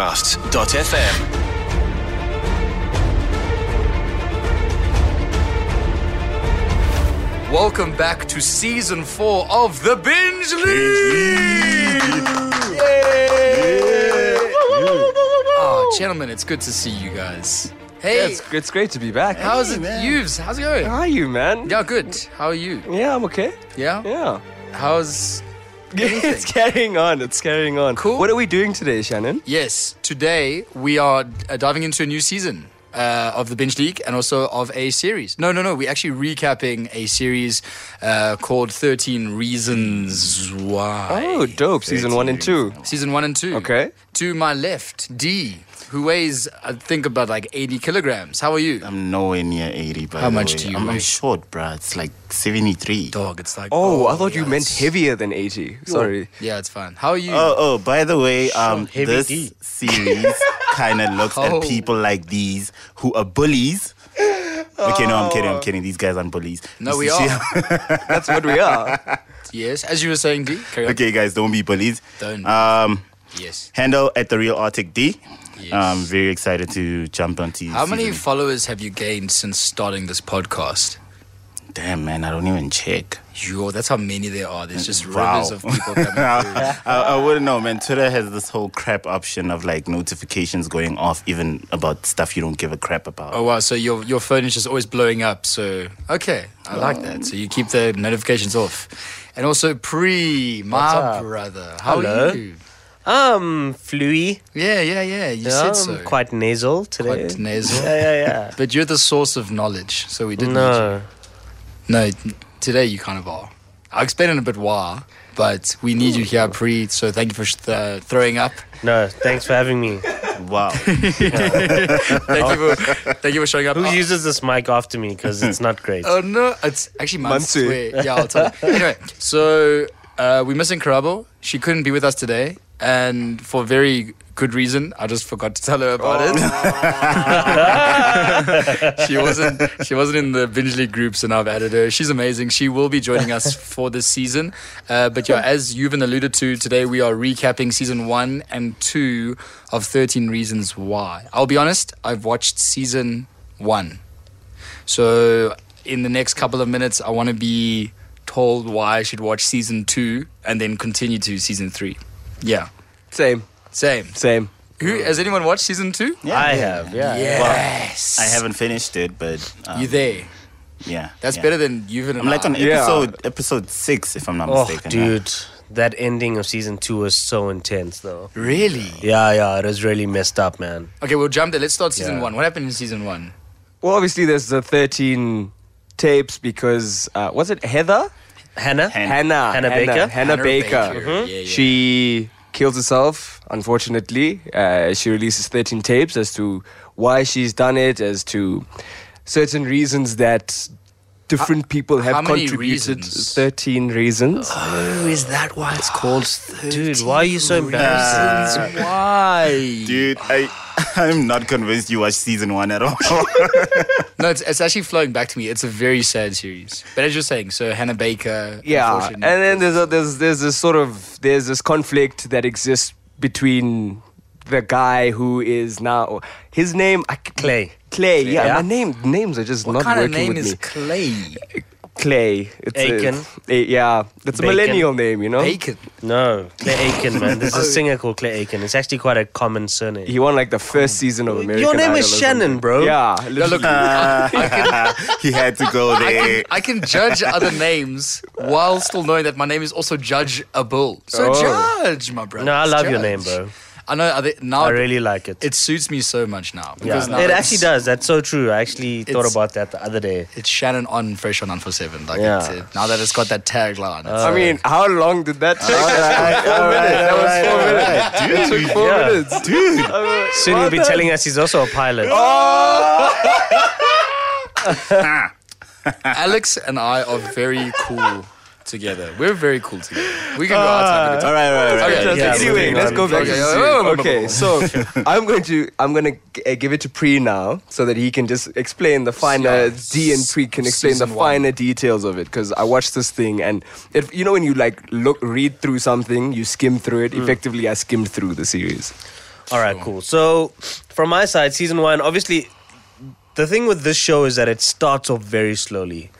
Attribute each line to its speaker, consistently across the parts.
Speaker 1: livepodcasts.fm.
Speaker 2: Welcome back to season four of the Binge League. Yay! Oh, gentlemen, it's good to see you guys.
Speaker 3: Yeah,
Speaker 2: Hey,
Speaker 3: it's, it's great to be back. How
Speaker 2: how's it, Yves? How's it going?
Speaker 3: are you, man?
Speaker 2: Yeah, good. How are you?
Speaker 3: Yeah, I'm okay.
Speaker 2: Yeah.
Speaker 3: Yeah.
Speaker 2: How's
Speaker 3: it's carrying on. It's carrying on.
Speaker 2: Cool.
Speaker 3: What are we doing today, Shannon?
Speaker 2: yes? Today we are uh, diving into a new season. Uh, of the binge league and also of a series. No, no, no. We're actually recapping a series uh, called 13 Reasons Why.
Speaker 3: Oh, dope. Season one and two.
Speaker 2: Season one and two.
Speaker 3: Okay.
Speaker 2: To my left, D, who weighs, I think, about like 80 kilograms. How are you?
Speaker 4: I'm nowhere near 80, by
Speaker 2: How
Speaker 4: the
Speaker 2: much
Speaker 4: way.
Speaker 2: do you
Speaker 4: I'm,
Speaker 2: weigh?
Speaker 4: I'm short, bruh. It's like 73.
Speaker 2: Dog, it's like.
Speaker 3: Oh, I thought you
Speaker 2: yeah,
Speaker 3: meant
Speaker 2: it's-
Speaker 3: heavier than 80. Sorry.
Speaker 2: Yeah, it's fine. How are you?
Speaker 4: Oh, oh, by the way, um,
Speaker 5: Short, heavy
Speaker 4: this
Speaker 5: D.
Speaker 4: series kind of looks
Speaker 2: Oh.
Speaker 4: at people like these who are bullies. Okay, no, I'm kidding. I'm kidding. These guys aren't bullies.
Speaker 2: Oh. no,
Speaker 4: You
Speaker 2: we
Speaker 4: see-
Speaker 2: are.
Speaker 3: That's what we are.
Speaker 2: yes, as you were saying, D. Carry on.
Speaker 4: okay, guys, don't be bullies.
Speaker 2: Don't.
Speaker 4: Um,
Speaker 2: yes.
Speaker 4: handle at the real Arctic D.
Speaker 2: Yes.
Speaker 4: I'm very excited to jump onto.
Speaker 2: How many
Speaker 4: season-
Speaker 2: followers have you gained since starting this podcast?
Speaker 4: Damn, man, I don't even check.
Speaker 2: Yo, that's how many there are. There's just
Speaker 4: Wow.
Speaker 2: rivers of people coming through.
Speaker 4: I, I wouldn't know, man. Twitter has this whole crap option of like notifications going off, even about stuff you don't give a crap about.
Speaker 2: Oh wow! So your your phone is just always blowing up. So okay, I like that. So you keep the notifications off, and also pre my
Speaker 5: up?
Speaker 2: brother. How
Speaker 5: Hello.
Speaker 2: are you?
Speaker 5: Um, fluey.
Speaker 2: Yeah, yeah, yeah. You
Speaker 5: Yeah,
Speaker 2: said so.
Speaker 5: I'm quite nasal today.
Speaker 2: Quite nasal.
Speaker 5: yeah, yeah, yeah.
Speaker 2: But you're the source of knowledge, so we didn't.
Speaker 5: no.
Speaker 2: No, today you kind of are. I'll explain in a bit why, but we need you here pre. So thank you for sh- uh, throwing up.
Speaker 5: No, thanks for having me.
Speaker 2: Oh.
Speaker 4: Wow.
Speaker 2: Thank you for thank you for showing up.
Speaker 5: Who
Speaker 2: Oh,
Speaker 5: uses this mic after me? Because it's not great.
Speaker 2: Oh no, it's actually Mansu.
Speaker 3: Mansu.
Speaker 2: Swear. Yeah, I'll tell you. Anyway, so uh, we're missing Karabo. She couldn't be with us today, and for very good reason. I just forgot to tell her about it. she wasn't. She wasn't in the binge league groups, and I've added her. She's amazing. She will be joining us for this season. Uh, but yeah, as you've been alluded to today, we are recapping season one and two of Thirteen Reasons Why. I'll be honest. I've watched season one. So in the next couple of minutes, I want to be told why I should watch season two and then continue to season three. Yeah,
Speaker 3: Same.
Speaker 2: same.
Speaker 3: Same.
Speaker 2: Who has anyone watched season two?
Speaker 5: I have, yeah.
Speaker 2: Yes,
Speaker 4: I haven't finished it, but um,
Speaker 2: You there?
Speaker 4: yeah,
Speaker 2: That's
Speaker 4: yeah.
Speaker 2: better than you've and
Speaker 4: I'm like on
Speaker 2: I.
Speaker 3: Yeah.
Speaker 4: episode episode six, if I'm not
Speaker 5: Oh,
Speaker 4: mistaken.
Speaker 5: dude, that ending of season two was so intense, though.
Speaker 2: Really?
Speaker 5: Yeah, yeah, it was really messed up, man.
Speaker 2: Okay, we'll jump there. Let's start season
Speaker 5: Yeah.
Speaker 2: one. What happened in season one?
Speaker 3: Well, obviously, there's the 13 tapes because, uh, was it Heather?
Speaker 5: Hannah,
Speaker 3: Hannah.
Speaker 5: Hannah Baker? Mm-hmm.
Speaker 3: Hannah, Baker.
Speaker 2: Yeah, yeah.
Speaker 3: She kills herself, unfortunately. Uh, she releases 13 tapes as to why she's done it, as to certain reasons that different people have
Speaker 2: how many
Speaker 3: contributed.
Speaker 2: reasons?
Speaker 3: 13 reasons.
Speaker 2: Oh, is that why it's called?
Speaker 5: dude, why are you so embarrassed?
Speaker 2: Reasons why?
Speaker 4: Uh, Dude, I I'm not convinced you watched season one at all.
Speaker 2: No, it's, it's actually flowing back to me. It's a very sad series. But as you're saying, so Hannah Baker.
Speaker 3: yeah.
Speaker 2: unfortunately-
Speaker 3: And then there's, a, there's, there's this sort of, there's this conflict that exists between the guy who is now, his name, I c-
Speaker 5: Clay.
Speaker 3: Clay, yeah,
Speaker 5: Yeah.
Speaker 3: My name names are just
Speaker 2: what
Speaker 3: not
Speaker 2: kind of
Speaker 3: working
Speaker 2: name
Speaker 3: with
Speaker 2: is
Speaker 3: me.
Speaker 2: Clay?
Speaker 3: Clay. It's a-
Speaker 5: Aiken.
Speaker 3: a- yeah, it's a
Speaker 5: Bacon.
Speaker 3: millennial name, you know.
Speaker 2: Bacon.
Speaker 5: No, Clay Aiken, man. There's a singer called Clay Aiken. It's actually quite a common surname.
Speaker 3: He won like the first season of American
Speaker 5: Your name
Speaker 3: Idol
Speaker 5: is
Speaker 3: or
Speaker 5: Shannon,
Speaker 3: something.
Speaker 5: bro. uh,
Speaker 3: Yeah, literally.
Speaker 4: he had to go there.
Speaker 2: I can judge other names while still knowing that my name is also Judge Abul. So
Speaker 3: Oh.
Speaker 2: judge, my brother.
Speaker 5: No, I love your
Speaker 2: Judge.
Speaker 5: name, bro.
Speaker 2: I know. I think now
Speaker 5: I really like it.
Speaker 2: it suits me so much now
Speaker 5: Yeah.
Speaker 2: because now
Speaker 5: It
Speaker 2: it's-
Speaker 5: actually does. That's so true. I actually thought
Speaker 2: It's-
Speaker 5: about that the other day.
Speaker 2: It's Shannon on Fresh on 947. Like
Speaker 5: Yeah.
Speaker 2: it's, it, now that it's got that tagline. it's-
Speaker 3: I mean, how long did that take? that was four minutes. That was four minutes. It took four
Speaker 5: Yeah.
Speaker 3: minutes. Dude.
Speaker 5: Soon he'll be telling us he's also a pilot.
Speaker 2: Alex and I are very cool together. We're very cool together. We can go outside.
Speaker 4: all right, all right, all right.
Speaker 2: Okay,
Speaker 3: Fantastic.
Speaker 5: Ah, yeah,
Speaker 3: anyway,
Speaker 5: moving
Speaker 3: let's
Speaker 5: on.
Speaker 3: go back
Speaker 2: Okay, oh,
Speaker 3: to
Speaker 2: yeah,
Speaker 3: Zulu.
Speaker 2: yeah, yeah,
Speaker 3: Okay, so I'm going to I'm going to uh, give it to Pre now so that he can just explain the finer
Speaker 2: Yeah,
Speaker 3: D and Pre can explain the
Speaker 2: season one.
Speaker 3: finer details of it because I watched this thing and if you know when you like look read through something, you skim through
Speaker 2: Hmm.
Speaker 3: it. Effectively, I skimmed through the series.
Speaker 5: All right, cool. So, from my side, season one, obviously, the thing with this show is that it starts off very slowly.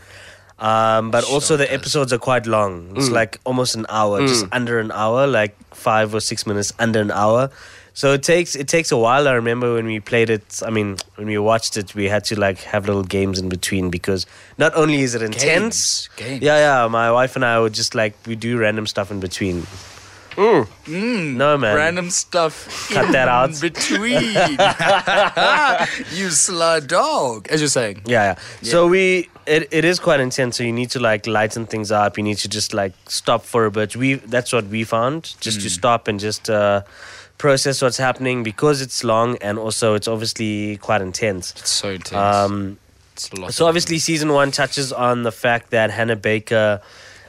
Speaker 5: Um, but also, the episodes are quite long. It's like almost an hour, just under an hour, like five or six minutes under an hour. So it takes it takes a while. I remember when we played it. I mean, when we watched it, we had to like have little games in between because not only is it intense,
Speaker 2: Games, games.
Speaker 5: yeah, yeah. My wife and I would just like we do random stuff in between. no man,
Speaker 2: Random stuff.
Speaker 5: Cut
Speaker 2: in
Speaker 5: that out.
Speaker 2: Between. you slut dog. As you're saying.
Speaker 5: Yeah, yeah. So we it, it is quite intense. So you need to like lighten things up. You need to just like stop for a bit. We that's what we found. Just to stop and just uh, process what's happening because it's long and also it's obviously quite intense.
Speaker 2: It's so intense.
Speaker 5: Um,
Speaker 2: it's a lot
Speaker 5: so
Speaker 2: of-
Speaker 5: obviously, season one touches on the fact that Hannah Baker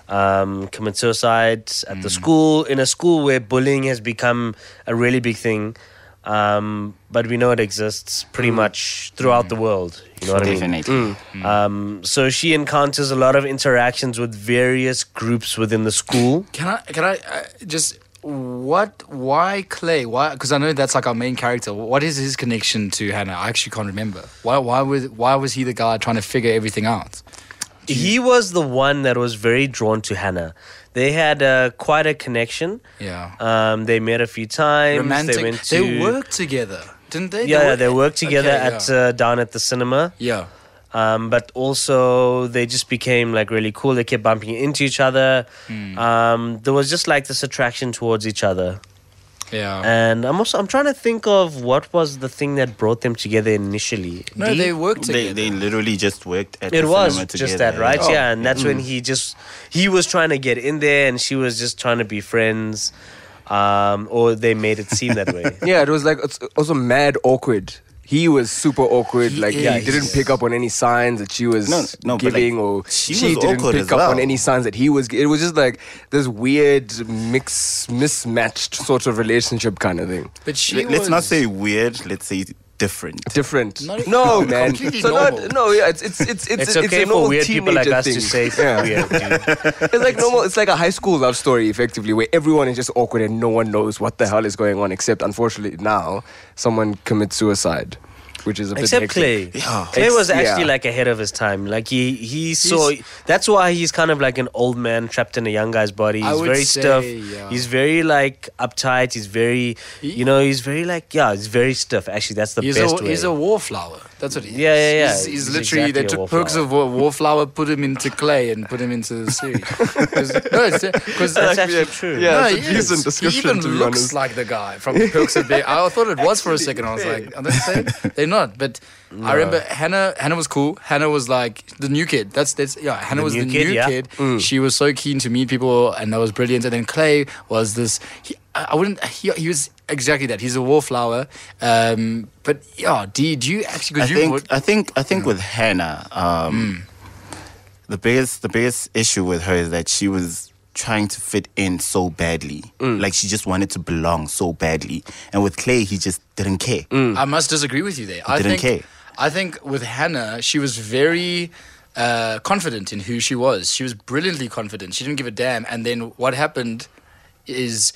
Speaker 5: um, commits suicide at the school in a school where bullying has become a really big thing. Um, but we know it exists pretty much throughout the world. You know what I mean?
Speaker 4: Definitely.
Speaker 5: Um, so she encounters a lot of interactions with various groups within the school.
Speaker 2: Can I? Can I uh, just? What? Why Clay? Why? Because I know that's like our main character. What is his connection to Hannah? I actually can't remember. Why? Why was? Why was he the guy trying to figure everything out?
Speaker 5: He was the one that was very drawn to Hannah. They had uh, quite a connection.
Speaker 2: Yeah.
Speaker 5: Um, they met a few times.
Speaker 2: Romantic.
Speaker 5: They
Speaker 2: They,
Speaker 5: went to
Speaker 2: worked together, didn't they?
Speaker 5: Yeah, yeah, they worked together
Speaker 2: Okay,
Speaker 5: at
Speaker 2: yeah.
Speaker 5: uh, down at the cinema.
Speaker 2: yeah.
Speaker 5: Um, but also they just became like really cool. They kept bumping into each other.
Speaker 2: Hmm.
Speaker 5: Um, there was just like this attraction towards each other.
Speaker 2: Yeah.
Speaker 5: And I'm also I'm trying to think of what was the thing that brought them together initially.
Speaker 2: no, they worked
Speaker 4: They,
Speaker 2: together.
Speaker 4: they literally just worked at
Speaker 5: It
Speaker 4: the
Speaker 5: was
Speaker 4: cinema
Speaker 5: just
Speaker 4: together.
Speaker 5: that, right? yeah, and that's when he just he was trying to get in there, and she was just trying to be friends, um, or they made it seem that way.
Speaker 3: Yeah, it was like it's also mad awkward. He was super awkward. like
Speaker 2: is.
Speaker 3: he didn't pick up on any signs that she was
Speaker 4: No, no, but, like,
Speaker 3: giving, or
Speaker 4: she
Speaker 3: she,
Speaker 4: was
Speaker 3: didn't
Speaker 4: awkward
Speaker 3: pick
Speaker 4: as
Speaker 3: up on
Speaker 4: well.
Speaker 3: any signs that he was. It was just like this weird mix, mismatched sort of relationship kind of thing.
Speaker 2: But she
Speaker 4: Let- Let's not
Speaker 2: was-
Speaker 4: say weird. Let's say different.
Speaker 3: Different.
Speaker 2: Not-
Speaker 4: e-
Speaker 3: no, man.
Speaker 2: completely
Speaker 3: So not-
Speaker 2: normal.
Speaker 3: no, yeah, it's it's it's it's,
Speaker 5: It's, okay
Speaker 3: a
Speaker 5: for
Speaker 3: normal
Speaker 5: weird people like
Speaker 3: teenager
Speaker 5: us
Speaker 3: thing.
Speaker 5: to say
Speaker 3: Yeah.
Speaker 5: weird, dude.
Speaker 3: It's like normal. It's like a high school love story, effectively, where everyone is just awkward and no one knows what the hell is going on. Except, unfortunately, now someone commits suicide, which is a bit
Speaker 5: Except
Speaker 3: hectic.
Speaker 5: Clay. Clay
Speaker 3: Ex-
Speaker 5: was actually
Speaker 3: yeah.
Speaker 5: like ahead of his time. Like he he saw that's why he's kind of like an old man trapped in a young guy's body. He's
Speaker 2: I would
Speaker 5: very
Speaker 2: say,
Speaker 5: stiff.
Speaker 2: yeah.
Speaker 5: He's very like uptight. He's very you know, he's very like yeah, he's very stiff. Actually that's the
Speaker 2: He's
Speaker 5: best
Speaker 2: a
Speaker 5: way.
Speaker 2: he's a wallflower. That's what he is.
Speaker 5: Yeah, yeah, yeah.
Speaker 2: He's, he's
Speaker 5: He's
Speaker 2: literally
Speaker 5: exactly a
Speaker 2: they took perks of wa- wallflower, put him into clay, and put him into the series. 'Cause- no, it's because
Speaker 5: that's actually true.
Speaker 3: yeah.
Speaker 2: no,
Speaker 3: it's a
Speaker 2: he is.
Speaker 3: decent description,
Speaker 2: He even
Speaker 3: to be
Speaker 2: looks
Speaker 3: honest.
Speaker 2: like the guy from Perks of Being. I thought it was for a second. I was like, are they the same? They're not. But I remember Hannah. Hannah was cool. Hannah was like the new kid. That's that's yeah. Hannah
Speaker 5: The
Speaker 2: was
Speaker 5: new
Speaker 2: the
Speaker 5: kid,
Speaker 2: new
Speaker 5: yeah.
Speaker 2: kid.
Speaker 3: Mm.
Speaker 2: She was so keen to meet people, and that was brilliant. And then Clay was this. He, I I wouldn't. He, he was exactly that. He's a wallflower. Um, but yeah, do, do you actually?
Speaker 4: I
Speaker 2: Because you
Speaker 4: think,
Speaker 2: would- Mm.
Speaker 4: I think I think with Hannah, um, the biggest the biggest issue with her is that she was trying to fit in so badly.
Speaker 2: Mm.
Speaker 4: Like she just wanted to belong so badly. And with Clay, he just didn't care.
Speaker 2: I must disagree with you there. I
Speaker 4: Mm. Didn't
Speaker 2: think
Speaker 4: care.
Speaker 2: I think with Hannah, she was very uh, confident in who she was. She was brilliantly confident. She didn't give a damn. And then what happened is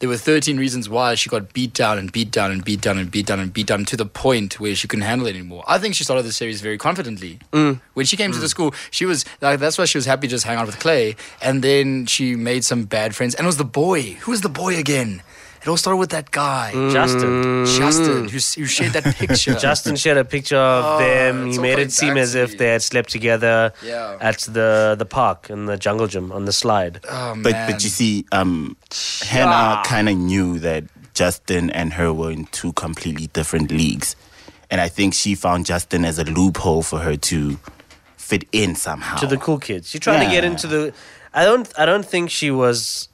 Speaker 2: there were 13 reasons why she got beat down and beat down and beat down and beat down and beat down to the point where she couldn't handle it anymore. I think she started the series very confidently.
Speaker 4: Mm.
Speaker 2: When she came to the school, she was like that's why she was happy to just hang out with Clay. And then she made some bad friends. And it was the boy. Who was the boy again? It all started with that guy.
Speaker 5: Justin. Mm.
Speaker 2: Justin, who, s- who shared that picture.
Speaker 5: Justin shared a picture of
Speaker 2: Oh,
Speaker 5: them.
Speaker 2: it's
Speaker 5: He
Speaker 2: all
Speaker 5: made
Speaker 2: coming
Speaker 5: it seem
Speaker 2: back
Speaker 5: as
Speaker 2: to
Speaker 5: if
Speaker 2: me.
Speaker 5: they had slept together
Speaker 2: Yeah.
Speaker 5: at the the park in the jungle gym on the slide.
Speaker 2: Oh,
Speaker 4: But
Speaker 2: man.
Speaker 4: but you see, um, Hannah kind of knew that Justin and her were in two completely different leagues, and I think she found Justin as a loophole for her to fit in somehow.
Speaker 3: Oh.
Speaker 5: to the cool kids. She tried to get
Speaker 4: Yeah.
Speaker 5: into the. I don't. I don't think she was.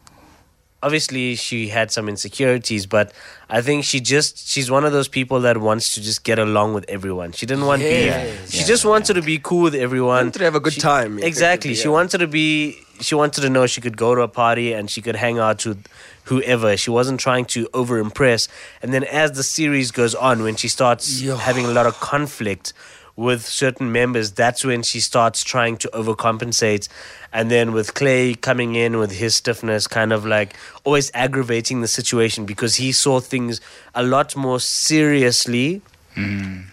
Speaker 5: obviously she had some insecurities, but I think she just she's one of those people that wants to just get along with everyone. She didn't want beef.
Speaker 2: Yes.
Speaker 5: She just wanted to be cool with everyone.
Speaker 3: Wanted to have a good
Speaker 5: She-
Speaker 3: time,
Speaker 5: Exactly.
Speaker 3: effectively, yeah.
Speaker 5: She wanted to be. She wanted to know she could go to a party and she could hang out with whoever. She wasn't trying to over impress. And then as the series goes on, when she starts
Speaker 2: Yo.
Speaker 5: having a lot of conflict with certain members, that's when she starts trying to overcompensate. And then with Clay coming in with his stiffness, kind of like always aggravating the situation because he saw things a lot more seriously.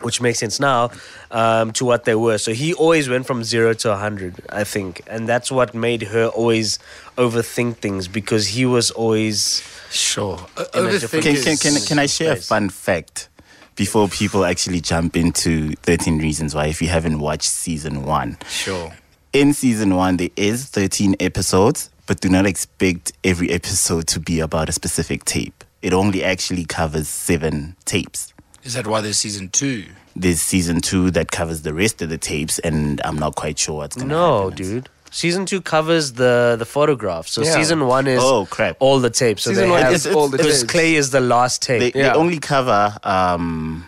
Speaker 5: Which makes sense now um, to what they were. So he always went from zero to 100, I think. And that's what made her always overthink things because he was always.
Speaker 2: Sure. O-
Speaker 5: In a
Speaker 2: Overthink
Speaker 5: different-
Speaker 4: Can,
Speaker 2: is-
Speaker 4: can, can, can I share a
Speaker 5: Nice.
Speaker 4: fun fact before people actually jump into 13 Reasons Why if you haven't watched season one?
Speaker 2: Sure.
Speaker 4: In season one, there is 13 episodes, but do not expect every episode to be about a specific tape. It only actually covers seven tapes.
Speaker 2: Is that why there's season two?
Speaker 4: There's season two that covers the rest of the tapes, and I'm not quite sure what's going to
Speaker 5: No,
Speaker 4: happen.
Speaker 5: dude. Season two covers the the photograph. So
Speaker 3: Yeah.
Speaker 5: season one is
Speaker 4: Oh, crap.
Speaker 5: all the tapes. So
Speaker 3: Season
Speaker 5: they
Speaker 3: one
Speaker 5: have-
Speaker 4: is all the
Speaker 5: because
Speaker 3: tapes.
Speaker 5: Clay is the last tape.
Speaker 4: They, they
Speaker 3: Yeah.
Speaker 4: only cover um,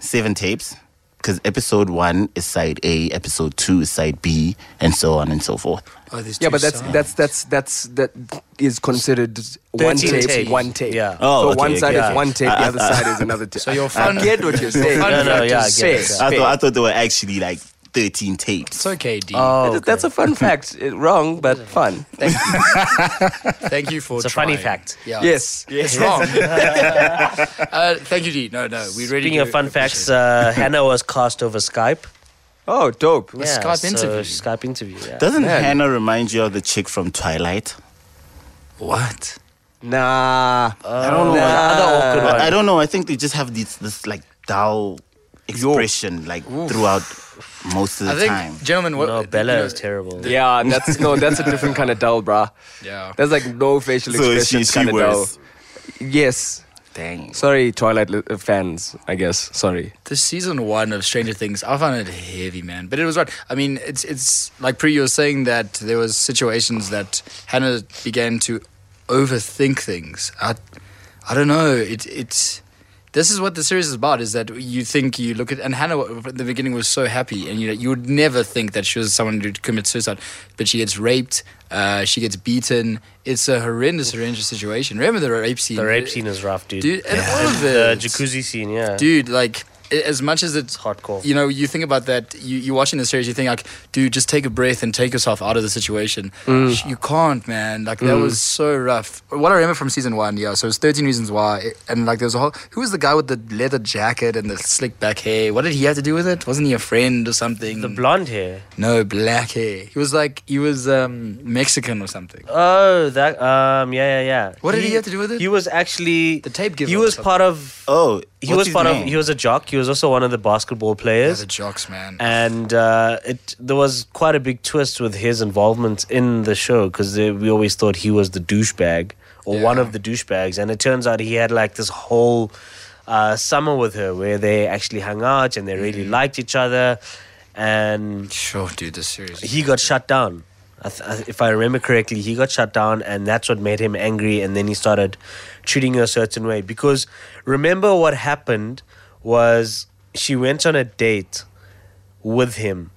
Speaker 4: seven tapes because episode one is side A, episode two is side B, and so on and so forth.
Speaker 2: Oh, there's
Speaker 3: Yeah,
Speaker 2: two
Speaker 3: but that's
Speaker 2: sides.
Speaker 3: that's that's that's that is considered one
Speaker 5: 13
Speaker 3: tape,
Speaker 5: tapes.
Speaker 3: one tape.
Speaker 5: Yeah.
Speaker 4: Oh,
Speaker 3: so
Speaker 4: okay,
Speaker 3: one side
Speaker 5: okay.
Speaker 3: is one tape, the other side is another tape.
Speaker 2: So your fun-
Speaker 3: I get what you're saying.
Speaker 2: fun No, no, fact
Speaker 5: yeah, is I get it,
Speaker 3: Fair,
Speaker 5: yeah.
Speaker 4: I
Speaker 3: fair.
Speaker 4: thought, I thought there were actually like 13 tapes.
Speaker 2: it's okay, D.
Speaker 5: Oh,
Speaker 3: That- That's a fun fact. It- wrong, but fun. Thank you.
Speaker 2: thank you for
Speaker 5: It's a funny
Speaker 2: trying.
Speaker 5: fact.
Speaker 2: Yeah.
Speaker 3: Yes.
Speaker 2: It's wrong. uh, thank you, D. No, no. We really
Speaker 5: Speaking
Speaker 2: do
Speaker 5: of fun
Speaker 2: appreciate
Speaker 5: facts, uh, Hannah was cast over Skype.
Speaker 3: Oh, dope.
Speaker 5: Yeah,
Speaker 2: Skype
Speaker 5: so
Speaker 2: interview.
Speaker 5: Skype interview. Yeah.
Speaker 4: Doesn't
Speaker 3: Man.
Speaker 4: Hannah remind you of the chick from Twilight?
Speaker 2: it. What?
Speaker 3: Nah.
Speaker 4: I don't know.
Speaker 5: The other awkward one.
Speaker 4: I, I don't know. I think they just have this, this like dull expression like throughout most of the
Speaker 2: I think,
Speaker 4: time.
Speaker 2: gentlemen, what?
Speaker 5: no, Bella
Speaker 2: you know,
Speaker 5: is terrible.
Speaker 3: Yeah, that's no, that's a different kind of dull, bruh.
Speaker 2: Yeah.
Speaker 3: That's like no facial
Speaker 4: So is
Speaker 3: expression
Speaker 4: she, she
Speaker 3: kind of dull.
Speaker 4: worse.
Speaker 3: Yes.
Speaker 4: Dang.
Speaker 3: Sorry, Twilight li- uh, fans. I guess. Sorry.
Speaker 2: The season one of Stranger Things, I found it heavy, man. But it was right. I mean, it's it's like Pri, you were saying that there was situations that Hannah began to overthink things. I, I don't know. It it's this is what the series is about. Is that you think you look at and Hannah at the beginning was so happy, and you know you would never think that she was someone who commit suicide, but she gets raped. Uh, she gets beaten. It's a horrendous, horrendous situation. Remember the rape scene?
Speaker 5: The rape scene is rough, dude.
Speaker 2: dude, and all of
Speaker 5: The
Speaker 2: it.
Speaker 5: jacuzzi scene, yeah.
Speaker 2: dude like a- as much as it's
Speaker 5: hardcore.
Speaker 2: you know you think about that you, you're watching the series you think like dude just take a breath and take yourself out of the situation
Speaker 5: Mm.
Speaker 2: Sh- you can't man like that was so rough what i remember from season one yeah so it was 13 reasons why it- and like there was a whole who was the guy with the leather jacket and the slick back hair what did he have to do with it wasn't he a friend or something
Speaker 5: The blonde hair.
Speaker 2: no black hair he was like he was um mexican or something
Speaker 5: Oh, that. Um, yeah, yeah, yeah.
Speaker 2: What did he have to do with it?
Speaker 5: He was actually
Speaker 2: The tape giver
Speaker 5: He
Speaker 2: or
Speaker 5: was
Speaker 2: something.
Speaker 5: part of.
Speaker 4: Oh,
Speaker 5: he
Speaker 4: what's
Speaker 5: was
Speaker 4: his
Speaker 5: part
Speaker 4: name?
Speaker 5: of. He was a jock. He was also one of the basketball
Speaker 2: yeah,
Speaker 5: players.
Speaker 2: the jocks man
Speaker 5: and uh, it there was quite a big twist with his involvement in the show because we always thought he was the douchebag or one
Speaker 2: Yeah.
Speaker 5: of the douchebags, and it turns out he had like this whole uh, summer with her where they actually hung out and they
Speaker 2: Mm.
Speaker 5: really liked each other, and
Speaker 2: sure dude this series
Speaker 5: he got shut down. I th- I- If I remember correctly, he got shut down, and that's what made him angry. And then he started treating her a certain way. Because remember what happened was she went on a date with him.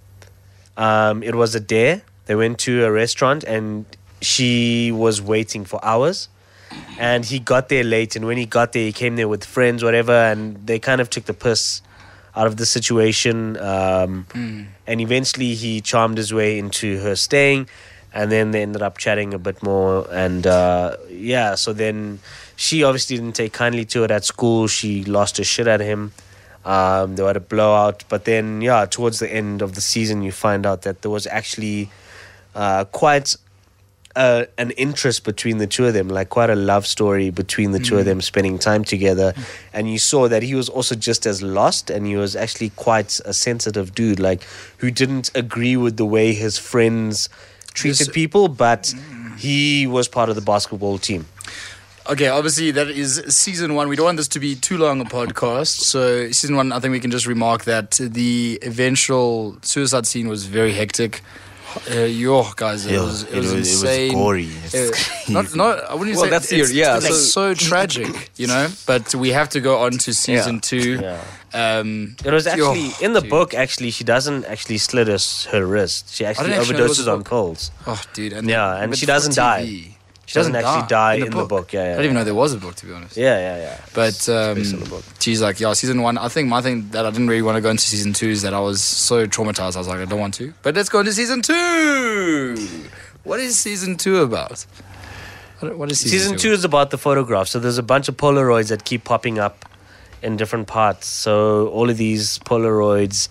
Speaker 5: Um, it was a dare. They went to a restaurant, and she was waiting for hours. And he got there late, and when he got there, he came there with friends, whatever, and they kind of took the piss out of the situation. Um, And eventually, he charmed his way into her staying, and then they ended up chatting a bit more. And uh, yeah, so then she obviously didn't take kindly to it at school. She lost her shit at him. Um, they had a blowout, but then yeah, towards the end of the season, you find out that there was actually uh, quite uh, an interest between the two of them, like quite a love story between the two of them, spending time together. And you saw that he was also just as lost, and he was actually quite a sensitive dude, like who didn't agree with the way his friends
Speaker 2: Yes.
Speaker 5: treated people, but he was part of the basketball team.
Speaker 2: Okay, obviously that is season one. We don't want this to be too long a podcast. So season one, I think we can just remark that the eventual suicide scene was very hectic. Uh, yo, guys, it
Speaker 4: Yo,
Speaker 2: was it,
Speaker 4: it
Speaker 2: was,
Speaker 4: was- it was
Speaker 2: insane.
Speaker 4: gory.
Speaker 2: Uh, not,
Speaker 4: It's crazy.
Speaker 2: not, I wouldn't
Speaker 3: Well,
Speaker 2: say
Speaker 3: that's the-
Speaker 2: it's,
Speaker 3: yeah,
Speaker 2: it's so
Speaker 3: so-
Speaker 2: tragic, you know. But we have to go on to season two.
Speaker 5: Yeah.
Speaker 2: Um,
Speaker 5: It was
Speaker 2: yo,
Speaker 5: actually in the
Speaker 2: dude.
Speaker 5: book. Actually, she doesn't actually slit her, her wrist. She actually
Speaker 2: didn't actually know it was
Speaker 5: overdoses
Speaker 2: a
Speaker 5: on
Speaker 2: book.
Speaker 5: pills.
Speaker 2: Oh, dude, and
Speaker 5: Yeah, and
Speaker 2: but
Speaker 5: she
Speaker 2: for
Speaker 5: doesn't die.
Speaker 2: TV,
Speaker 5: She doesn't actually die in the book, yeah, yeah,
Speaker 2: I didn't
Speaker 5: yeah.
Speaker 2: even know there was a book to be honest.
Speaker 5: Yeah, yeah, yeah.
Speaker 2: But um,
Speaker 5: based on the book.
Speaker 2: geez, like yeah, season one. I think my thing that I didn't really want to go into season two is that I was so traumatized. I was like, I don't want to. But let's go into season two. What is season two about? I don't- What is season,
Speaker 5: Season two is about the photograph. So there's a bunch of Polaroids that keep popping up in different parts. So all of these Polaroids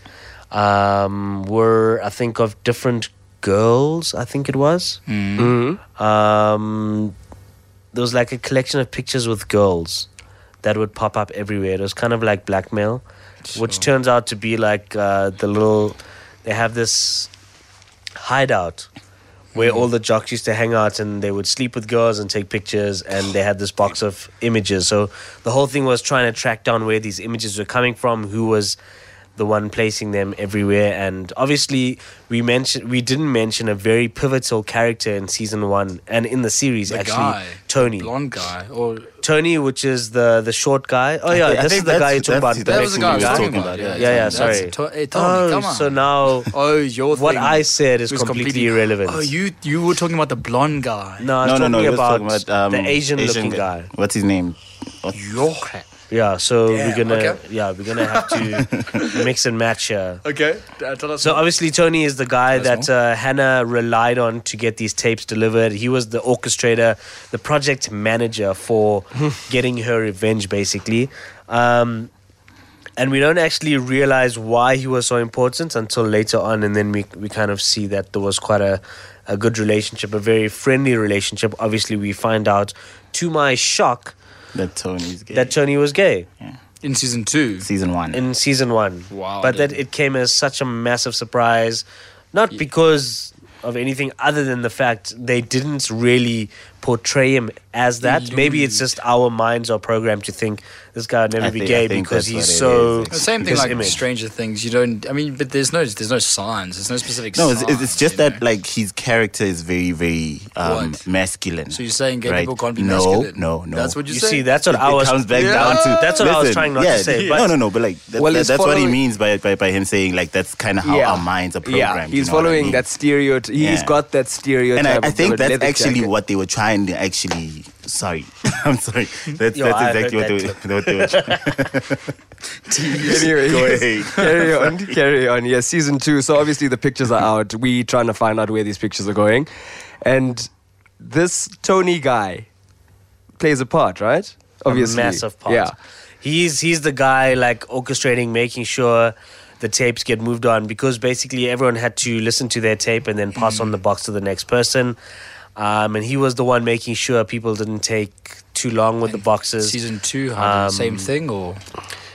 Speaker 5: um, were, I think, of different girls. I think it was. Mm-hmm. Um, there was like a collection of pictures with girls that would pop up everywhere. It was kind of like blackmail, which turns out to be like uh, the little. They have this hideout where all the jocks used to hang out and they would sleep with girls and take pictures and they had this box of images so the whole thing was trying to track down where these images were coming from who was the one placing them everywhere and obviously we mentioned we didn't mention a very pivotal character in season 1 and in the series
Speaker 2: The
Speaker 5: actually
Speaker 2: guy,
Speaker 5: Tony
Speaker 2: blonde guy, or
Speaker 5: Tony which is the the short guy oh yeah
Speaker 4: I
Speaker 5: this
Speaker 4: think
Speaker 5: is the
Speaker 4: that's-
Speaker 5: guy you talk
Speaker 4: that's-
Speaker 5: about
Speaker 4: that
Speaker 2: that
Speaker 5: the
Speaker 2: was the
Speaker 4: Actually,
Speaker 2: guy I
Speaker 5: Mexican
Speaker 2: was
Speaker 4: we were
Speaker 2: talking
Speaker 4: talking
Speaker 2: about.
Speaker 4: about,
Speaker 2: Yeah,
Speaker 5: yeah, yeah,
Speaker 2: that's-
Speaker 5: sorry.
Speaker 2: To- hey, Tommy,
Speaker 5: oh,
Speaker 2: come on.
Speaker 5: So now
Speaker 2: oh, your
Speaker 5: what
Speaker 2: thing
Speaker 5: I said is
Speaker 2: was
Speaker 5: completely irrelevant.
Speaker 2: Oh, you you were talking about the blonde guy.
Speaker 5: No, I was
Speaker 4: no, no,
Speaker 5: talking
Speaker 4: no. he was
Speaker 5: about,
Speaker 4: talking about um,
Speaker 5: the Asian-looking
Speaker 4: guy.
Speaker 5: guy.
Speaker 4: What's his name? What-
Speaker 2: Yo. crap.
Speaker 5: Yeah, so
Speaker 2: Damn,
Speaker 5: we're gonna
Speaker 2: okay.
Speaker 5: yeah we're gonna have to mix and match here.
Speaker 2: Okay, uh, tell us.
Speaker 5: So
Speaker 2: more.
Speaker 5: obviously Tony is the guy
Speaker 2: That's
Speaker 5: that uh, Hannah relied on to get these tapes delivered. He was the orchestrator, the project manager for getting her revenge, basically. Um, and we don't actually realize why he was so important until later on, and then we we kind of see that there was quite a a good relationship, a very friendly relationship. Obviously, we find out to my shock
Speaker 4: That Tony's gay.
Speaker 5: that Tony was gay.
Speaker 2: in season two,
Speaker 4: season one.
Speaker 5: in season one.
Speaker 2: Wow,
Speaker 5: But that
Speaker 2: dude.
Speaker 5: it came as such a massive surprise, not because of anything other than the fact they didn't really portray him as that. Maybe it's just our minds are programmed to think this guy would never
Speaker 4: I
Speaker 5: be
Speaker 4: think-
Speaker 5: gay
Speaker 4: I think
Speaker 5: because
Speaker 4: that's what
Speaker 5: he's
Speaker 4: it
Speaker 5: so.
Speaker 4: is.
Speaker 2: The same thing
Speaker 5: his
Speaker 2: like
Speaker 5: image.
Speaker 2: Stranger Things. You don't. I mean, but there's no there's no signs. There's no specific.
Speaker 4: No, it's, it's- it's
Speaker 2: signs,
Speaker 4: just
Speaker 2: you
Speaker 4: that
Speaker 2: know?
Speaker 4: like his character is very, very um,
Speaker 2: What?
Speaker 4: masculine.
Speaker 2: So you're saying gay
Speaker 4: right?
Speaker 2: people can't be
Speaker 4: no,
Speaker 2: masculine?
Speaker 4: No, no,
Speaker 2: That's what you,
Speaker 5: You
Speaker 2: say.
Speaker 5: see, that's what
Speaker 4: it,
Speaker 5: I was.
Speaker 4: it comes back
Speaker 2: Yeah.
Speaker 4: down to.
Speaker 5: That's what I was
Speaker 4: Listen,
Speaker 5: trying not to
Speaker 4: yeah,
Speaker 5: say,
Speaker 4: yeah.
Speaker 5: but-
Speaker 4: no, no, no. But like, that,
Speaker 3: Well,
Speaker 4: that-
Speaker 3: he's
Speaker 4: that's what he
Speaker 3: following-
Speaker 4: means by, by by him saying like that's kind of how
Speaker 3: Yeah.
Speaker 4: our minds are programmed.
Speaker 3: Yeah,
Speaker 4: you
Speaker 3: he's
Speaker 4: know what I
Speaker 3: following
Speaker 4: mean?
Speaker 3: that stereotype. He's
Speaker 4: Yeah.
Speaker 3: got that stereotype.
Speaker 4: And I, I
Speaker 3: of
Speaker 4: think
Speaker 3: the
Speaker 4: that's
Speaker 3: leather
Speaker 4: actually
Speaker 3: jacket.
Speaker 4: what they were trying to actually. Sorry, I'm sorry. That's,
Speaker 5: Yo, I
Speaker 4: that's exactly
Speaker 5: heard
Speaker 4: what they, were- what they were trying.
Speaker 3: anyway,
Speaker 4: Go
Speaker 3: yes.
Speaker 4: ahead.
Speaker 3: carry on, carry on. Yes, season two. So obviously the pictures are out. We trying to find out where these pictures are going, and this Tony guy plays a part, right? Obviously,
Speaker 5: a massive part.
Speaker 3: Yeah,
Speaker 5: he's he's the guy like orchestrating, making sure the tapes get moved on because basically everyone had to listen to their tape and then pass on the box to the next person. Um, and he was the one making sure people didn't take too long with the boxes. um,
Speaker 2: season two, how- same thing, or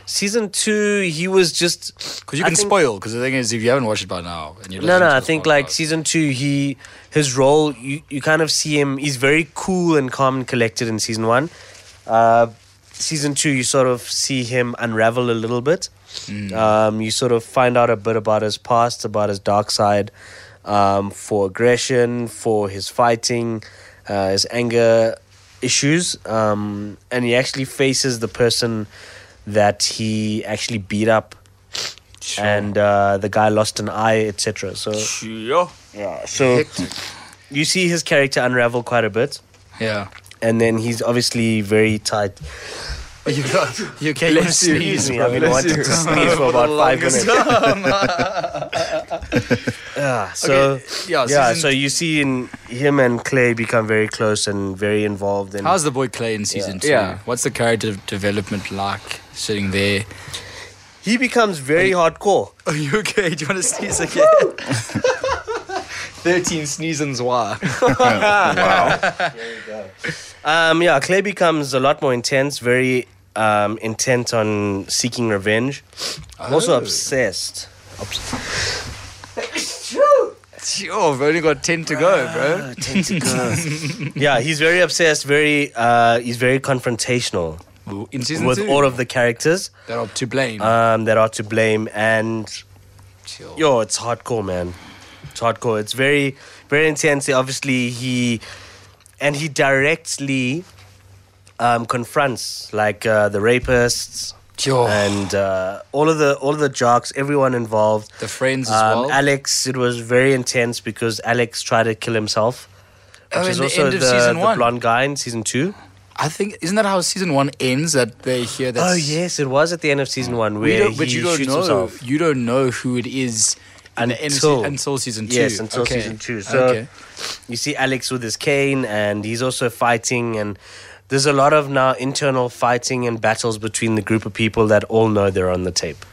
Speaker 5: Season two, he was just
Speaker 2: because you
Speaker 5: I
Speaker 2: can
Speaker 5: think-
Speaker 2: spoil. Because the thing is, if you haven't watched it by now, and you're
Speaker 5: No,
Speaker 2: listening
Speaker 5: no.
Speaker 2: to
Speaker 5: I
Speaker 2: this
Speaker 5: think like
Speaker 2: podcast-
Speaker 5: season two, he his role you you kind of see him. He's very cool and calm and collected in season one. Uh, season two, you sort of see him unravel a little bit.
Speaker 2: Mm.
Speaker 5: Um, you sort of find out a bit about his past, about his dark side, um, for aggression, for his fighting, uh, his anger issues, um, and he actually faces the person that he actually beat up and uh, the guy lost an eye, etc. So yeah, so you see his character unravel quite a bit,
Speaker 2: yeah.
Speaker 5: and then he's obviously very tight.
Speaker 2: Oh, You got you okay? You
Speaker 3: Bless you.
Speaker 2: sneeze,
Speaker 5: Excuse me,
Speaker 2: bro.
Speaker 5: I've been
Speaker 3: Bless
Speaker 5: wanting
Speaker 3: you.
Speaker 5: to sneeze for
Speaker 2: For the
Speaker 5: about five
Speaker 2: longest
Speaker 5: minutes. yeah, so.
Speaker 2: Okay, yeah,
Speaker 5: Yeah,
Speaker 2: season-
Speaker 5: so you see in him and Clay become very close and very involved and
Speaker 2: How's the boy Clay in season two?
Speaker 3: Yeah.
Speaker 2: What's the character development like? Sitting there.
Speaker 5: he becomes very hardcore.
Speaker 2: Are you okay? Do you want to sneeze again? Thirteen sneezes. Why?
Speaker 4: wow.
Speaker 5: Um yeah, Clay becomes a lot more intense, very um intent on seeking revenge. Also obsessed.
Speaker 2: Oh, we've only got ten to go, bro.
Speaker 5: yeah, he's very obsessed. Very, uh, he's very confrontational
Speaker 2: in season
Speaker 5: with Uh,
Speaker 2: two.
Speaker 5: all of the characters
Speaker 2: that are to blame.
Speaker 5: um, that are to blame, and
Speaker 2: Chill.
Speaker 5: yo, it's hardcore, man. It's hardcore. It's very, very intense. Obviously, he and he directly um, confronts like uh, the rapists
Speaker 2: Yo.
Speaker 5: and uh, all of the all of the jocks, everyone involved.
Speaker 2: The friends as
Speaker 5: Um,
Speaker 2: well.
Speaker 5: Alex, it was very intense because Alex tried to kill himself,
Speaker 2: Oh,
Speaker 5: which
Speaker 2: in
Speaker 5: is
Speaker 2: the
Speaker 5: also
Speaker 2: end of
Speaker 5: the,
Speaker 2: season
Speaker 5: the
Speaker 2: one.
Speaker 5: blonde guy in season two.
Speaker 2: I think isn't that how season one ends? That they hear that.
Speaker 5: Oh yes, it was at the end of season one
Speaker 2: We
Speaker 5: where
Speaker 2: don't,
Speaker 5: he
Speaker 2: but you don't
Speaker 5: shoots
Speaker 2: know.
Speaker 5: himself.
Speaker 2: You don't know who it is in the end of se-
Speaker 5: Until-
Speaker 2: until season two.
Speaker 5: Yes, until
Speaker 2: Okay.
Speaker 5: season two. So
Speaker 2: Okay.
Speaker 5: you see Alex with his cane, and he's also fighting, and there's a lot of now internal fighting and battles between the group of people that all know they're on the tape,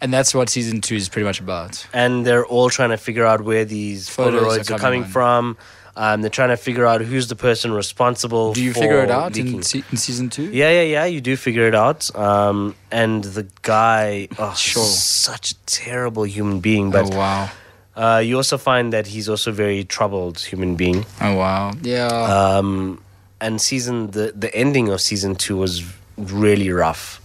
Speaker 2: and that's what season two is pretty much about.
Speaker 5: and they're all trying to figure out where these
Speaker 2: Photos are
Speaker 5: Polaroids are,
Speaker 2: coming
Speaker 5: coming
Speaker 2: on.
Speaker 5: from. Um, they're trying to figure out who's the person responsible.
Speaker 2: Do you
Speaker 5: for
Speaker 2: figure it out
Speaker 5: leaking.
Speaker 2: in, se- in season two?
Speaker 5: Yeah, yeah, yeah. You do figure it out. Um, and the guy, oh,
Speaker 2: Sure.
Speaker 5: such a terrible human being.
Speaker 2: Oh
Speaker 5: But
Speaker 2: wow!
Speaker 5: uh, you also find that he's also very troubled human being.
Speaker 2: Oh wow! Yeah.
Speaker 5: Um, and season the the ending of season two was really rough.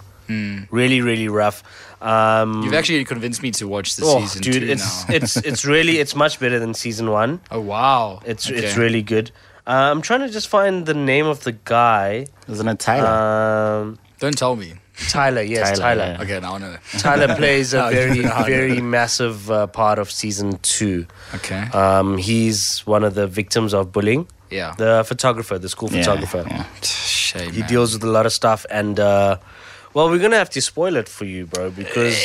Speaker 5: Really, really rough. Um,
Speaker 2: Hmm. You've actually convinced me to watch the
Speaker 5: oh,
Speaker 2: season
Speaker 5: dude,
Speaker 2: two
Speaker 5: it's
Speaker 2: now.
Speaker 5: it's it's really it's much better than season one.
Speaker 2: oh wow!
Speaker 5: It's
Speaker 2: Okay.
Speaker 5: it's really good. Uh, I'm trying to just find the name of the guy.
Speaker 4: Isn't it Tyler?
Speaker 5: Um,
Speaker 2: Don't tell me.
Speaker 5: Tyler, yes,
Speaker 4: Tyler,
Speaker 5: Tyler. Oh,
Speaker 4: yeah.
Speaker 2: Okay, now I know.
Speaker 5: Tyler plays a
Speaker 2: No,
Speaker 5: very,
Speaker 2: no, no.
Speaker 5: very massive uh, part of season two.
Speaker 2: Okay.
Speaker 5: Um, he's one of the victims of bullying.
Speaker 2: yeah.
Speaker 5: The photographer, the school
Speaker 4: Yeah,
Speaker 5: photographer.
Speaker 4: yeah.
Speaker 2: Shame.
Speaker 5: He
Speaker 2: man.
Speaker 5: deals with a lot of stuff, and uh, well, we're gonna have to spoil it for you, bro. Because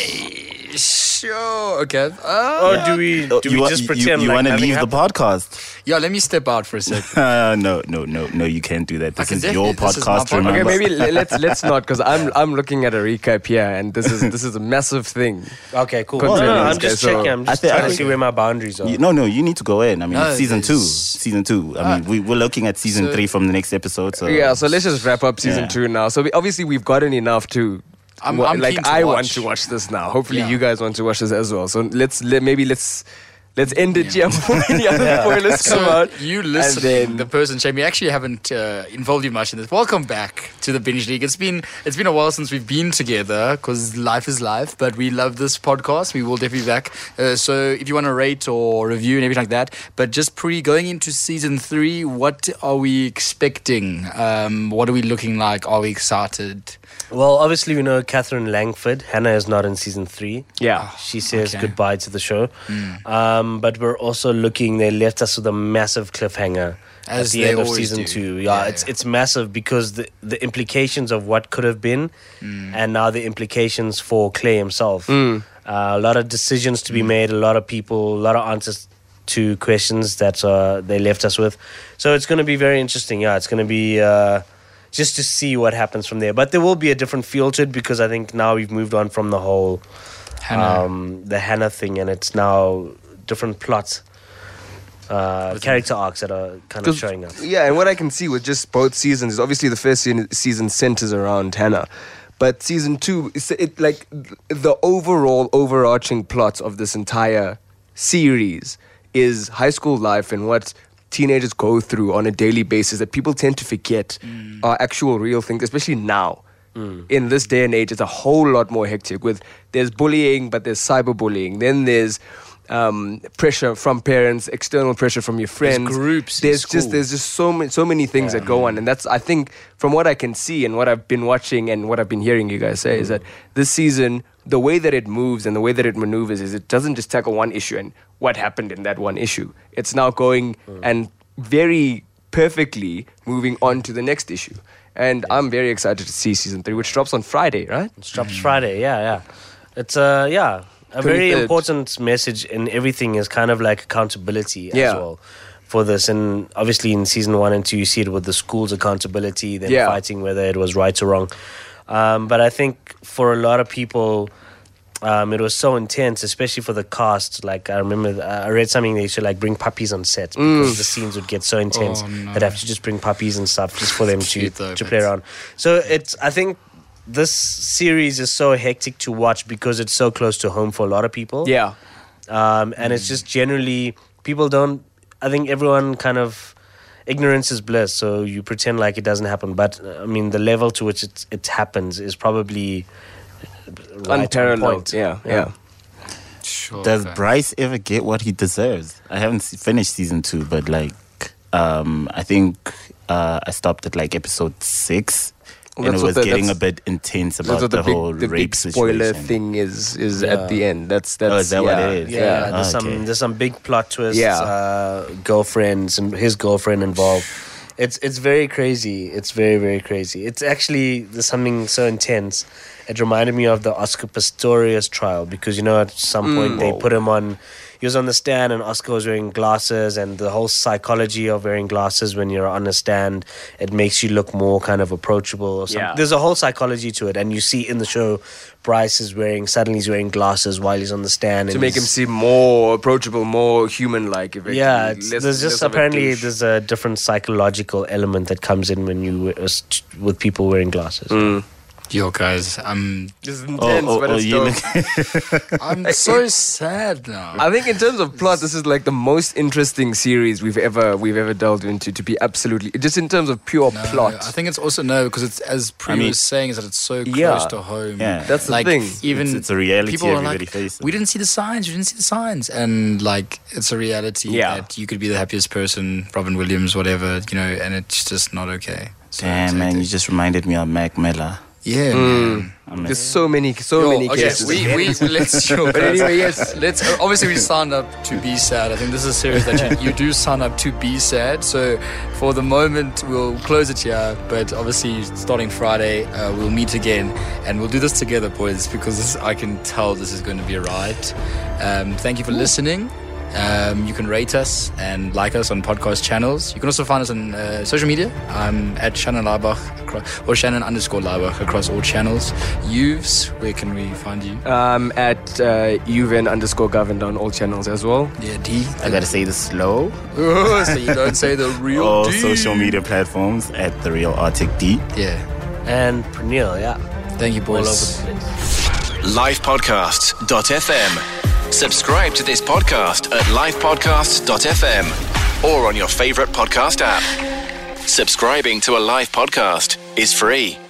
Speaker 2: Sure. Okay. Uh,
Speaker 5: or do we? Do
Speaker 4: Oh,
Speaker 5: we
Speaker 4: wa-
Speaker 5: just pretend
Speaker 4: you
Speaker 5: like
Speaker 4: want to
Speaker 5: nothing
Speaker 4: leave
Speaker 5: happened?
Speaker 4: the podcast?
Speaker 2: yeah. Let me step out for a second.
Speaker 4: Uh, no, no, no, no. You can't do that.
Speaker 2: I
Speaker 4: This
Speaker 2: can
Speaker 4: is your
Speaker 2: definitely- this is my
Speaker 4: podcast.
Speaker 2: podcast.
Speaker 4: remember?
Speaker 3: Okay,
Speaker 2: Um,
Speaker 3: maybe l- let's let's not because I'm I'm looking at a recap here, and this is this is a massive thing.
Speaker 5: Okay, cool.
Speaker 3: Content
Speaker 5: No, no,
Speaker 3: is
Speaker 5: I'm
Speaker 3: good,
Speaker 5: just
Speaker 3: so
Speaker 5: checking. I'm
Speaker 4: I
Speaker 5: just
Speaker 4: think- I
Speaker 5: trying to
Speaker 4: think-
Speaker 5: see where my boundaries are.
Speaker 4: You- no, no, you need to go in. I mean,
Speaker 2: No,
Speaker 4: it's season two,
Speaker 2: there's-
Speaker 4: season two. I mean, we, we're looking at season
Speaker 2: so-
Speaker 4: three from the next episode. So
Speaker 3: Ah. yeah, so let's just wrap up season
Speaker 4: Yeah.
Speaker 3: two now. So we, obviously we've gotten enough to.
Speaker 2: I'm-
Speaker 3: wa-
Speaker 2: I'm
Speaker 3: like
Speaker 2: keen to
Speaker 3: I want
Speaker 2: watch.
Speaker 3: to watch this now. Hopefully
Speaker 2: Yeah.
Speaker 3: you guys want to watch this as well. So let's let, maybe let's let's end it here before any other spoilers come
Speaker 2: So
Speaker 3: out.
Speaker 2: you
Speaker 3: listen.
Speaker 2: listen, the person, Shame. We actually haven't uh, involved you much in this. Welcome back to the binge league. It's been it's been a while since we've been together because life is life. But we love this podcast. We will definitely be back. Uh, so if you want to rate or review and everything like that, but just pre going into season three, what are we expecting? Um, what are we looking like? Are we excited?
Speaker 5: Well, obviously, we know Catherine Langford. Hannah is not in season three.
Speaker 3: Yeah.
Speaker 2: Ah.
Speaker 5: She says
Speaker 2: Okay. Hmm.
Speaker 5: goodbye to the show. Um, but we're also looking, they left us with a massive cliffhanger
Speaker 2: As
Speaker 5: at the
Speaker 2: they
Speaker 5: end of
Speaker 2: always do.
Speaker 5: season two.
Speaker 2: Yeah,
Speaker 5: Yeah, it's
Speaker 2: yeah.
Speaker 5: it's massive because the, the implications of what could have been
Speaker 2: Hmm.
Speaker 5: and now the implications for Clay himself. Uh, a lot of decisions to be
Speaker 2: Hmm.
Speaker 5: made, a lot of people, a lot of answers to questions that uh, they left us with. So it's going to be very interesting. Yeah, it's going to be. Uh, just to see what happens from there, but there will be a different feel to it because I think now we've moved on from the whole
Speaker 2: Hannah?
Speaker 5: um, the Hannah thing, and it's now different plot uh, character arcs that are kind of showing up.
Speaker 3: Yeah, and what I can see with just both seasons is obviously the first season, season centers around Hannah, but season two, it's it like the overall overarching plot of this entire series is high school life and what teenagers go through on a daily basis that people tend to forget are actual real things, especially now. Mm. In this day and age, it's a whole lot more hectic. With there's bullying, but there's cyberbullying. Then there's um, pressure from parents, external pressure from your friends.
Speaker 2: groups in
Speaker 3: There's just
Speaker 2: school. Mm.
Speaker 3: there's there's just so many so many things that go on and that's i think from what i can see and what i've been watching and what i've been hearing you guys say
Speaker 2: Mm.
Speaker 3: is that this season the way that it moves and the way that it maneuvers is it doesn't just tackle one issue and what happened in that one issue it's now going
Speaker 2: Mm.
Speaker 3: and very perfectly moving on to the next issue and i'm very excited to see season three which drops on friday right
Speaker 5: It drops Friday. Yeah, yeah. It's uh, yeah, a very
Speaker 3: 23rd.
Speaker 5: important message in everything is kind of like accountability as
Speaker 3: Yeah.
Speaker 5: well for this. And obviously, in season one and two, you see it with the school's accountability, then
Speaker 3: Yeah.
Speaker 5: fighting whether it was right or wrong. Um, but I think for a lot of people. Um, it was so intense, especially for the cast. Like I remember, uh, I read something they used to like bring puppies on set because the scenes would get so intense.
Speaker 2: Oh, no.
Speaker 5: They'd have to just bring puppies and stuff just for them to
Speaker 2: Cute though,
Speaker 5: to
Speaker 2: but-
Speaker 5: play around on. So it's I think this series is so hectic to watch because it's so close to home for a lot of people.
Speaker 3: yeah
Speaker 5: Um, and it's just generally people don't. I think everyone kind of ignorance is bliss, so you pretend like it doesn't happen. But uh, I mean, the level to which it it happens is probably right on
Speaker 3: unparalleled
Speaker 5: point.
Speaker 3: yeah yeah
Speaker 2: Sure,
Speaker 4: Does
Speaker 2: okay.
Speaker 4: Bryce ever get what he deserves? I haven't se- finished season two, but like, um, I think uh, I stopped at like episode six,
Speaker 3: Well,
Speaker 4: and
Speaker 3: that's
Speaker 4: it
Speaker 3: what
Speaker 4: was
Speaker 3: the-
Speaker 4: getting a
Speaker 3: that's-
Speaker 4: bit intense
Speaker 3: That's
Speaker 4: about
Speaker 3: what the,
Speaker 4: the, whole
Speaker 3: big, the
Speaker 4: rape
Speaker 3: big spoiler
Speaker 4: situation. Oh,
Speaker 3: thing is is
Speaker 5: Yeah.
Speaker 3: at the end. That's that's
Speaker 4: is
Speaker 3: yeah,
Speaker 4: that what it is?
Speaker 5: Yeah,
Speaker 3: Yeah.
Speaker 5: there's
Speaker 4: Okay.
Speaker 5: some there's some big plot twists.
Speaker 3: Yeah.
Speaker 5: uh, girlfriends and his girlfriend involved. It's it's very crazy. It's very very crazy. It's actually there's something so intense. It reminded me of the Oscar Pistorius trial because you know at
Speaker 3: Mm.
Speaker 5: some point they put him on. He was on the stand and Oscar was wearing glasses and the whole psychology of wearing glasses when you're on a stand it makes you look more kind of approachable. Or something.
Speaker 3: Yeah.
Speaker 5: There's a whole psychology to it and you see in the show Bryce is wearing suddenly he's wearing glasses while he's on the stand
Speaker 3: To
Speaker 5: and
Speaker 3: make him
Speaker 5: he's-
Speaker 3: seem more approachable, more human-like. Effectively.
Speaker 5: yeah, it's,
Speaker 3: Less-
Speaker 5: there's just
Speaker 3: less of a
Speaker 5: apparently
Speaker 3: douche.
Speaker 5: there's a different psychological element that comes in when you uh, st- with people wearing glasses.
Speaker 2: Yo, guys, I'm
Speaker 3: This is
Speaker 4: Oh,
Speaker 3: intense,
Speaker 4: oh,
Speaker 3: but
Speaker 4: oh,
Speaker 3: it's
Speaker 4: you
Speaker 3: dope.
Speaker 4: look-
Speaker 2: I'm so sad now.
Speaker 3: I think in terms of plot, this is like the most interesting series we've ever we've ever delved into. To be absolutely just in terms of pure
Speaker 2: No,
Speaker 3: plot.
Speaker 2: I think it's also no, because it's as Pri
Speaker 4: I mean-
Speaker 2: was saying, is that it's so close
Speaker 3: Yeah.
Speaker 2: to home.
Speaker 4: Yeah.
Speaker 3: That's the
Speaker 2: like,
Speaker 3: thing.
Speaker 2: Even
Speaker 4: It's- it's a reality
Speaker 2: people are
Speaker 4: everybody
Speaker 2: like,
Speaker 4: faces.
Speaker 2: We didn't see the signs. We didn't see the signs, and like it's a reality
Speaker 3: Yeah.
Speaker 2: that you could be the happiest person, Robin Williams, whatever you know, and it's just not okay. So it's
Speaker 4: Damn,
Speaker 2: like
Speaker 4: man, you
Speaker 2: this-
Speaker 4: just reminded me of Mac Miller.
Speaker 2: yeah, man.
Speaker 4: I'm
Speaker 3: There's so many Mm. so
Speaker 2: Yo,
Speaker 3: many
Speaker 2: okay,
Speaker 3: cases.
Speaker 2: we, we, we- let's. Yo,
Speaker 3: But
Speaker 2: guys,
Speaker 3: anyway, yes.
Speaker 2: let's. uh, Obviously, we signed up to be sad. I think this is a series that you, you do sign up to be sad. So, for the moment, we'll close it here. But obviously, starting Friday, uh, we'll meet again and we'll do this together, boys, because this, I can tell this is going to be a ride. Um, thank you for listening. Um, you can rate us and like us on podcast channels. You can also find us on uh, social media. I'm at Shannon Labach across, or Shannon underscore Labach across all channels. Youves, where can we find you?
Speaker 3: Um, at uh, Uven underscore governed on all channels as well.
Speaker 2: Yeah, D.
Speaker 4: I gotta say this slow.
Speaker 2: Oh, so you don't say the real
Speaker 4: All
Speaker 2: D.
Speaker 4: social media platforms at the Real Arctic D.
Speaker 2: Yeah.
Speaker 5: And Pernil, yeah,
Speaker 2: Thank you,
Speaker 5: all
Speaker 2: boys.
Speaker 5: over the place.
Speaker 1: lifepodcasts.fm. Subscribe to this podcast at lifepodcasts.fm or on your favorite podcast app. Subscribing to a live podcast is free.